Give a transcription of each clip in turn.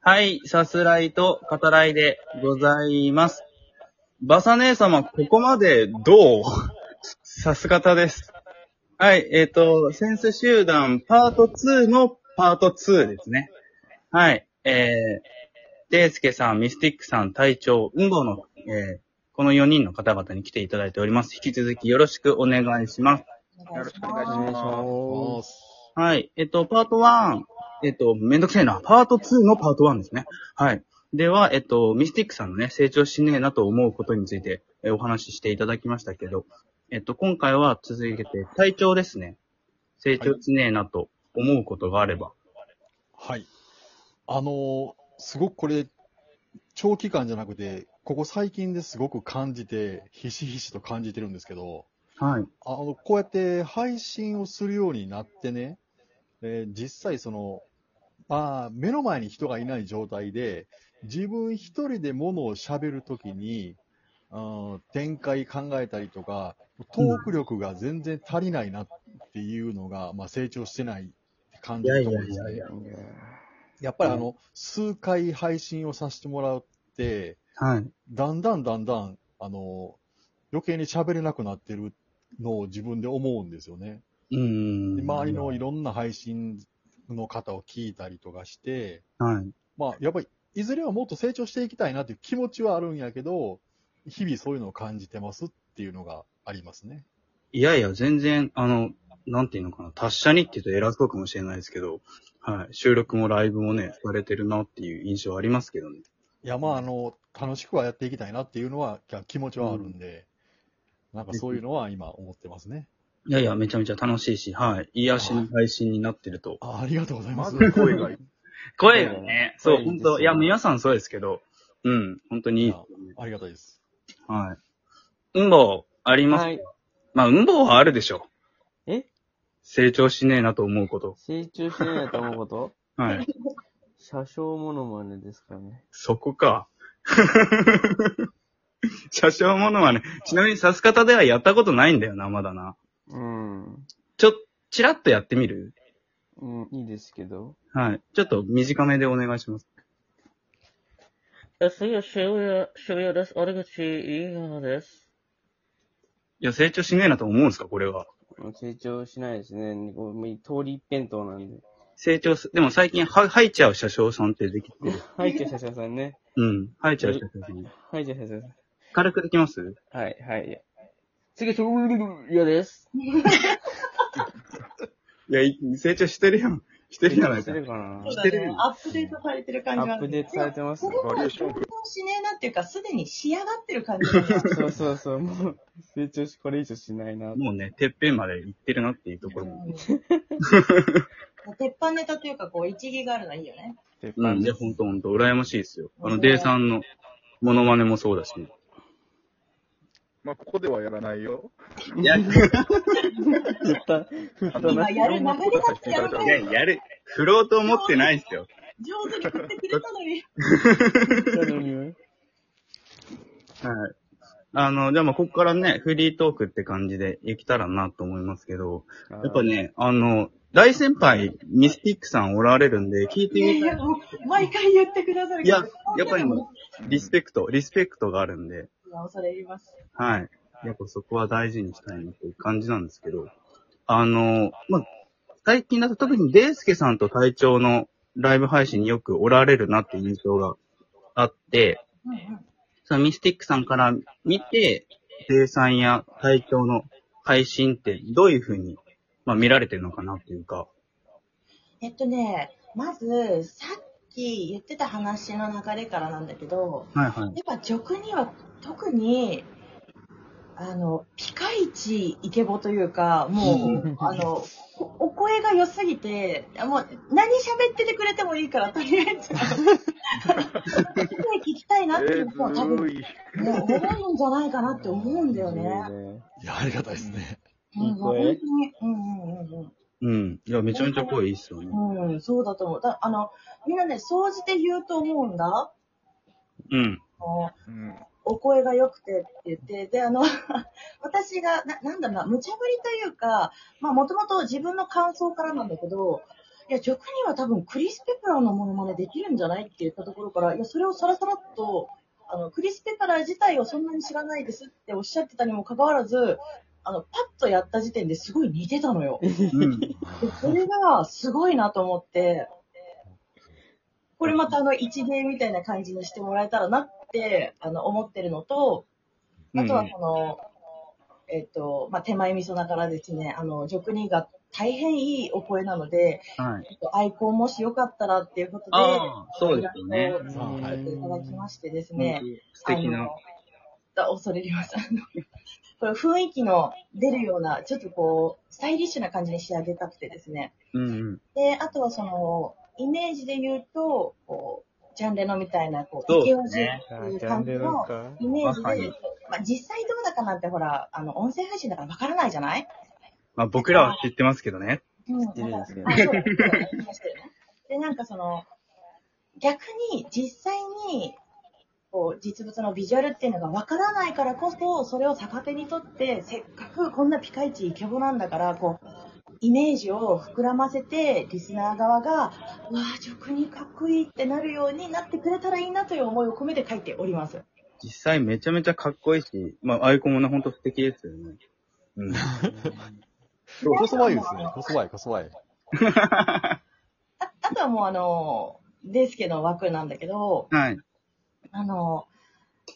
はい、さすらいと語らいでございます。バサ姉様、ここまでどう さす方です。はい、えっ、と、センス集団パート2のパート2ですね。はい、えー、デイスケさん、ミスティックさん、隊長、運動の、えー、この4人の方々に来ていただいております。引き続きよろしくお願いします。よろしくお願いしますまはい。えっと、パート1、えっと、めんどくせえな。パート2のパート1ですね。はい。では、えっと、ミスティックさんのね、成長しねえなと思うことについて、えお話ししていただきましたけど、えっと、今回は続けて、体調ですね。成長しねえなと思うことがあれば。はい。あのーすごくこれ、長期間じゃなくて、ここ最近ですごく感じて、ひしひしと感じてるんですけど、はい。あの、こうやって配信をするようになってね、えー実際その、まあ、目の前に人がいない状態で、自分一人でものを喋るときに、うん展開考えたりとか、トーク力が全然足りないなっていうのが、まあ成長してないって感じるところですね。やっぱりあの、数回配信をさせてもらって、はい。だんだんだんだん、あの、余計に喋れなくなってるのを自分で思うんですよね。うーん。で周りのいろんな配信の方を聞いたりとかして、はい。まあ、やっぱり、いずれはもっと成長していきたいなっていう気持ちはあるんやけど、日々そういうのを感じてますっていうのがありますね。いやいや、全然、あの、なんていうのかな、達者にって言うと偉そうかもしれないですけど、はい。収録もライブもね、されてるなっていう印象はありますけどね。いや、まあ、あの、楽しくはやっていきたいなっていうのは、気持ちはあるんで、なんかそういうのは今思ってますね。いやいや、めちゃめちゃ楽しいし、はい。癒しの配信になってると。あありがとうございま。ますず声がいい。声がね、そう、声いい本ですよ当いや、皆さんそうですけど、うん、本当にいい。ありがたいです。はい。運動あります、はい。まあ、運動はあるでしょ。え成長しねえなと思うこと。成長しないなと思うことはい。車掌モノマネですかね。そこか。 車掌ものはね、ちなみにさす方ではやったことないんだよな、まだな。うん。ちょ、ちらっとやってみるうん、いいですけど。はい。ちょっと短めでお願いします。安い渋谷、渋谷です。悪口、いいなです。いや、成長しねえなと思うんですか、これは。成長しないですね。こうもう通り一辺倒なんで。成長す、でも最近、は、吐いちゃう車掌さんってできてる。はい、じゃあ車掌さんね。うん。吐いちゃう車掌さん。はい、じゃあ車掌さん。軽くできますはい、はい。次、しょうやです。いや、成長してるやん。してるやないしかて。るかなそうだしてるね。アップデートされてる感アじがあッるプんデーでトすされよ。てますこ。れは成功しねえなっていうか、すでに仕上がってる感じが。 そうそうそう、もう、成長し、これ以上しないな。もうね、てっぺんまで行ってるなっていうところも。鉄板ネタというか、こう、一義があるのはいいよね。鉄う板ん。いでや、すほんとほんと、羨ましいですよ。あうの、んデイさんの、モノマネもそうだし。いまあ、ここではやらないよ。や、振った、振ったな今。やる流れだってやるかいら、やる。振ろうと思ってないっすよ。上手に振ってくれたのに。はい。あの、じゃあまあ、ここからね、フリートークって感じで行けたらなと思いますけど、ややっぱね、あの、大先輩、ミスティックさんおられるんで、聞いていやいみたいや、。もう、毎回言ってくださるいけどや、やっぱりもう、リスペクト、リスペクトがあるんで、恐れ入ります。はい。やっぱそこは大事にしたいなっていう感じなんですけど、あの、まあ、最近だと特にデイスケさんと隊長のライブ配信によくおられるなっていう印象があって、うんうんそのミスティックさんから見て、デイさんや隊長の配信ってどういうふうに、まあ、見られてるのかなっていうか、えっとね、まず、さっき言ってた話の流れからなんだけど、はいはい。やっぱ曲には特に、あの、ピカイチイケボというか、もう、あの、こお声が良すぎて、もう、何喋っててくれてもいいから、とりあえず、あの声聞きたいなっていう人は多ず分、るい。ね、思うんじゃないかなって思うんだよね。いや、ありがたいですね。うん、いい本当声に。うんうんうんうん。いや、めちゃめちゃ声いいっすよね。うん。うん、そうだと思う。だあの、みんなね、総じて言うと思うんだ。うん。あのうん。お声が良くてって言って、で、あの、 私が、ななんだろうな、無茶ぶりというか、まあ、もともと自分の感想からなんだけど、いや、塾には多分クリス・ペプラーのモノマネできるんじゃないって言ったところから、いや、それをさらさらっと、あの、クリス・ペプラー自体をそんなに知らないですっておっしゃってたにもかかわらず、あの、パッとやった時点ですごい似てたのよ。うん。でそれがすごいなと思って、これまたあの、一芸みたいな感じにしてもらえたらなって、あの、思ってるのと、うあとはん。この、えっと、まあ、手前味噌ながらですね、あの、俗にが大変いいお声なので、はい。 ちょっとアイコンもしよかったらっていうことで、ああ、そうですよね。イラストを作っていただきましてです本ね当、に素敵あなの。。あ恐れ入ります。あの これ雰囲気の出るような、ちょっとこう、スタイリッシュな感じに仕上げたくてですね。うんうん。で、あとはその、イメージで言うと、こう、ジャンレノみたいな、こう、そうイケでオジすっねていう感じのか。イメージまさにで、まあ、実際どうだかなんてほら、あの、音声配信だからわからないじゃないまあ僕らは知ってますけどね。うん、ってるんですけどあそうだそうだ言いましたよねで、なんかその、逆に実際に、こう、実物のビジュアルっていうのがわからないからこそ、それを逆手にとって、せっかくこんなピカイチイケボなんだから、こう、イメージを膨らませて、リスナー側が、わあ、直にかっこいいってなるようになってくれたらいいなという思いを込めて書いております。実際めちゃめちゃかっこいいし、まあアイコンもね、ほんと素敵ですよね。うん。細ばいですね。細ばい、細ばい。ああとはもうあの、ですけど枠なんだけど、 はい。あの、も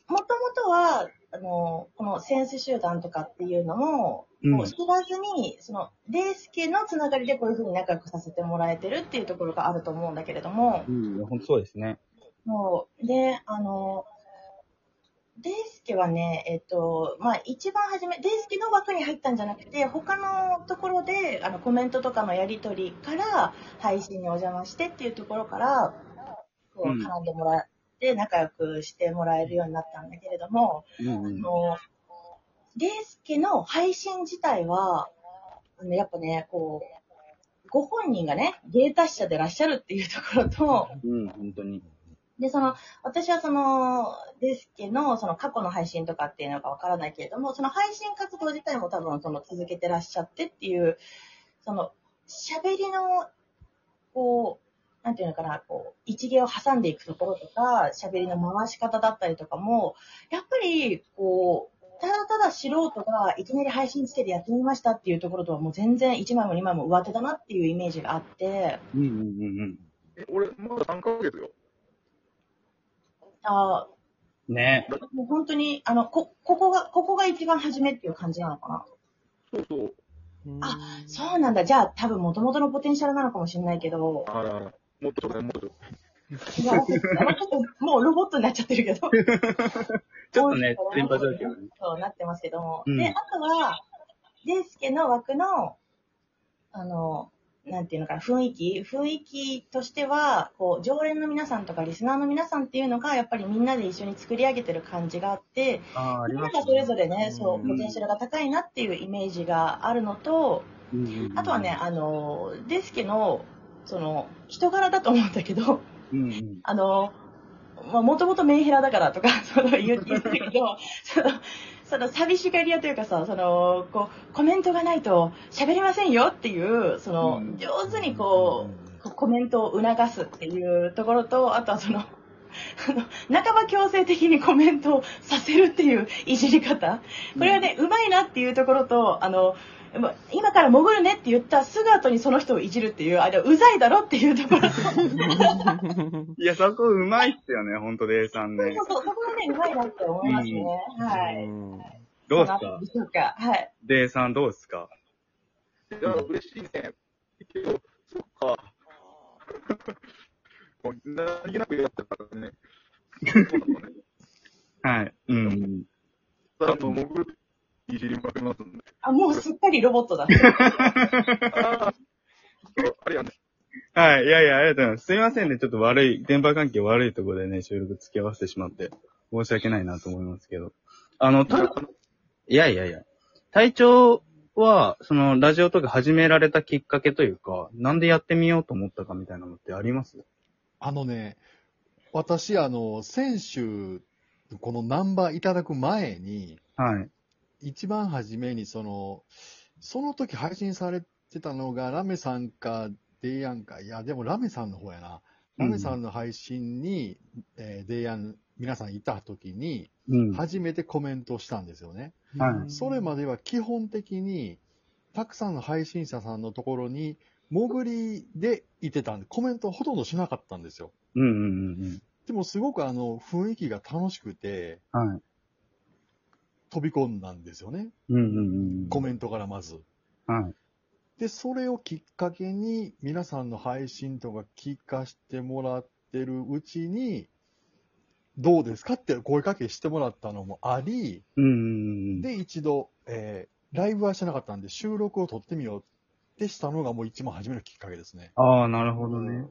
ともとは、あの、このセンス集団とかっていうのも、うんもう知らずに、その、レース系のつながりでこういうふうに仲良くさせてもらえてるっていうところがあると思うんだけれども、うん、ほんとそうですね。もう、で、あの、デイスケはね、えっと、まあ、一番初め、デイスケの枠に入ったんじゃなくて、他のところで、あの、コメントとかのやりとりから、配信にお邪魔してっていうところから、こう、うん絡んでもらって、仲良くしてもらえるようになったんだけれども、うんうん。もう、デイスケの配信自体は、あの、やっぱね、こう、ご本人がね、芸達者でいらっしゃるっていうところと、うん、本当に。で、その、私はその、デスケの、その過去の配信とかっていうのがわからないけれども、その配信活動自体も多分その続けてらっしゃってっていう、その、喋りの、こう、なんていうのかな、こう、一芸を挟んでいくところとか、喋りの回し方だったりとかも、やっぱり、こう、ただただ素人がいきなり配信つけてやってみましたっていうところとはもう全然1枚も2枚も上手だなっていうイメージがあって、うんうんうんえ、俺、まだ3ヶ月よ。あーうん。ねもう本当に、あの、こ、ここが、ここが一番初めっていう感じなのかな。そうそう。あ、そうなんだ。じゃあ、多分元々のポテンシャルなのかもしれないけど、あらあら。もっとちょうだい、もっとちょうだい。いや私私ちょっともうロボットになっちゃってるけ ど。ちょっとね多い電波から状況がねそうなってますけども。うんで、あとは、デイスケの枠の、あの、なんていうのかな、雰囲気雰囲気としては、こう、常連の皆さんとかリスナーの皆さんっていうのが、やっぱりみんなで一緒に作り上げてる感じがあって、ああ、ありみんまなすがそれぞれね、うんそう、ポテンシャルが高いなっていうイメージがあるのと、うんうんうんあとはね、、あの、デスケの、その、人柄だと思うんだけど、 うんうん。あの、まあ、もともとメンヘラだからと か、その言う言ってたけど、 その、その寂しがり屋というかさ、その、こう、コメントがないと喋れませんよっていう、その、うん上手にこう、こうコメントを促すっていうところと、あとはその、あ の、半ば強制的にコメントをさせるっていういじり方。これはね、うまいなっていうところと、あの、ま今から潜るねって言ったすぐ後にその人をいじるっていう、あれ、うざいだろっていうところといや、そこうまいっすよね、ほんと、デイさんねそう。そう、そこがね、うまいなって思いますね。はい。どうですなかんでしょうか。はい。デイさんどうですかいや、嬉しいね。けど、そっか。 もう何気なくやってたから ね。そうなのね。はい。うん。あの、潜る、いじりまくりますんで。あ、もうすっかりロボットだ。ああ、そうあれやね。はい。いやいや、ありがとうございます。すいませんね。ちょっと悪い、電波関係悪いところでね、収録付き合わせてしまって、申し訳ないなと思いますけど。あの、ただ、いやいやいや。体調は、その、ラジオとか始められたきっかけというか、なんでやってみようと思ったかみたいなのってありますあのね、私、あの、先週、このナンバーいただく前に、はい。一番初めに、その、その時配信されてたのが、ラメさんか、デイヤンか。いや、でもラメさんの方やな。ラメさんの配信に、えーデイヤン、皆さんいた時に、うん。はい。初めてコメントしたんですよね。はいそれまでは基本的に、たくさんの配信者さんのところに、潜りでいてたんで、コメントほとんどしなかったんですよ。うんうんでもすごくあの、雰囲気が楽しくて、うんうん。はい。飛び込んだんですよね。うんうんうんうん。コメントからまず。はい。で、それをきっかけに、皆さんの配信とか聞かしてもらってるうちに、どうですかって声かけしてもらったのもあり、うんうんうん。で、一度、えーライブはしてなかったんで、収録を撮ってみようってしたのがもう一番初めのきっかけですね。ああ、なるほどね。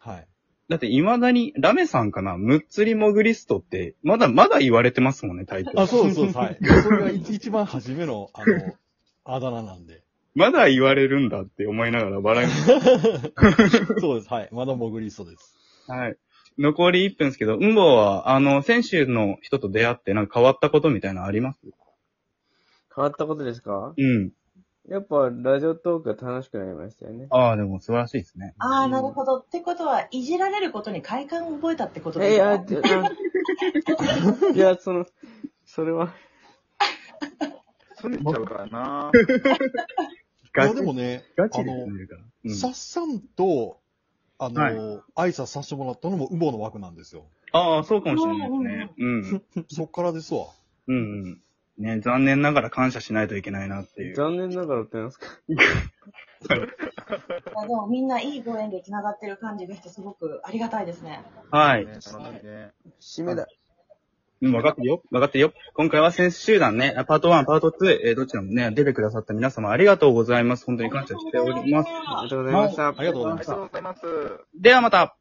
はい。だって、未だに、ラメさんかな、むっつりモグリストって、まだまだ言われてますもんね、タイトル。あ、そうですそうです。はい。 それが一一番初めの、あの、あだ名なんで。まだ言われるんだって思いながら笑いま しそうです。はい。まだ潜りそうです。た。はい。残り1分ですけど、うんぼは、あの、選手の人と出会って、なんか変わったことみたいなのあります変わったことですかうん。やっぱ、ラジオトークが楽しくなりましたよね。ああ、でも素晴らしいですね。ああ、なるほど。ってことは、いじられることに快感を覚えたってことえ、でいすや、かじゃあいや、その、それは、冷めちゃうからな。いや、でもね、ガあチでの攻、めるから。うんさっさんと、あの、はい挨拶させてもらったのも、ウボの枠なんですよ。ああ、そうかもしれないですね。うん。そっからですわ。うんうん。ね、残念ながら感謝しないといけないなっていう。残念ながらってなんですか。いやでもみんないいご縁で繋がってる感じがして、すごくありがたいですね。はい。ね楽しみね。締めだ。うん、分かってるよ。分かってるよ。今回は選手集団ね、パート1、パート2、えーどちらもね、出てくださった皆様ありがとうございます。本当に感謝しております。ありがとうございました。ありがとうございあまりしがたとう。ございます。ではまた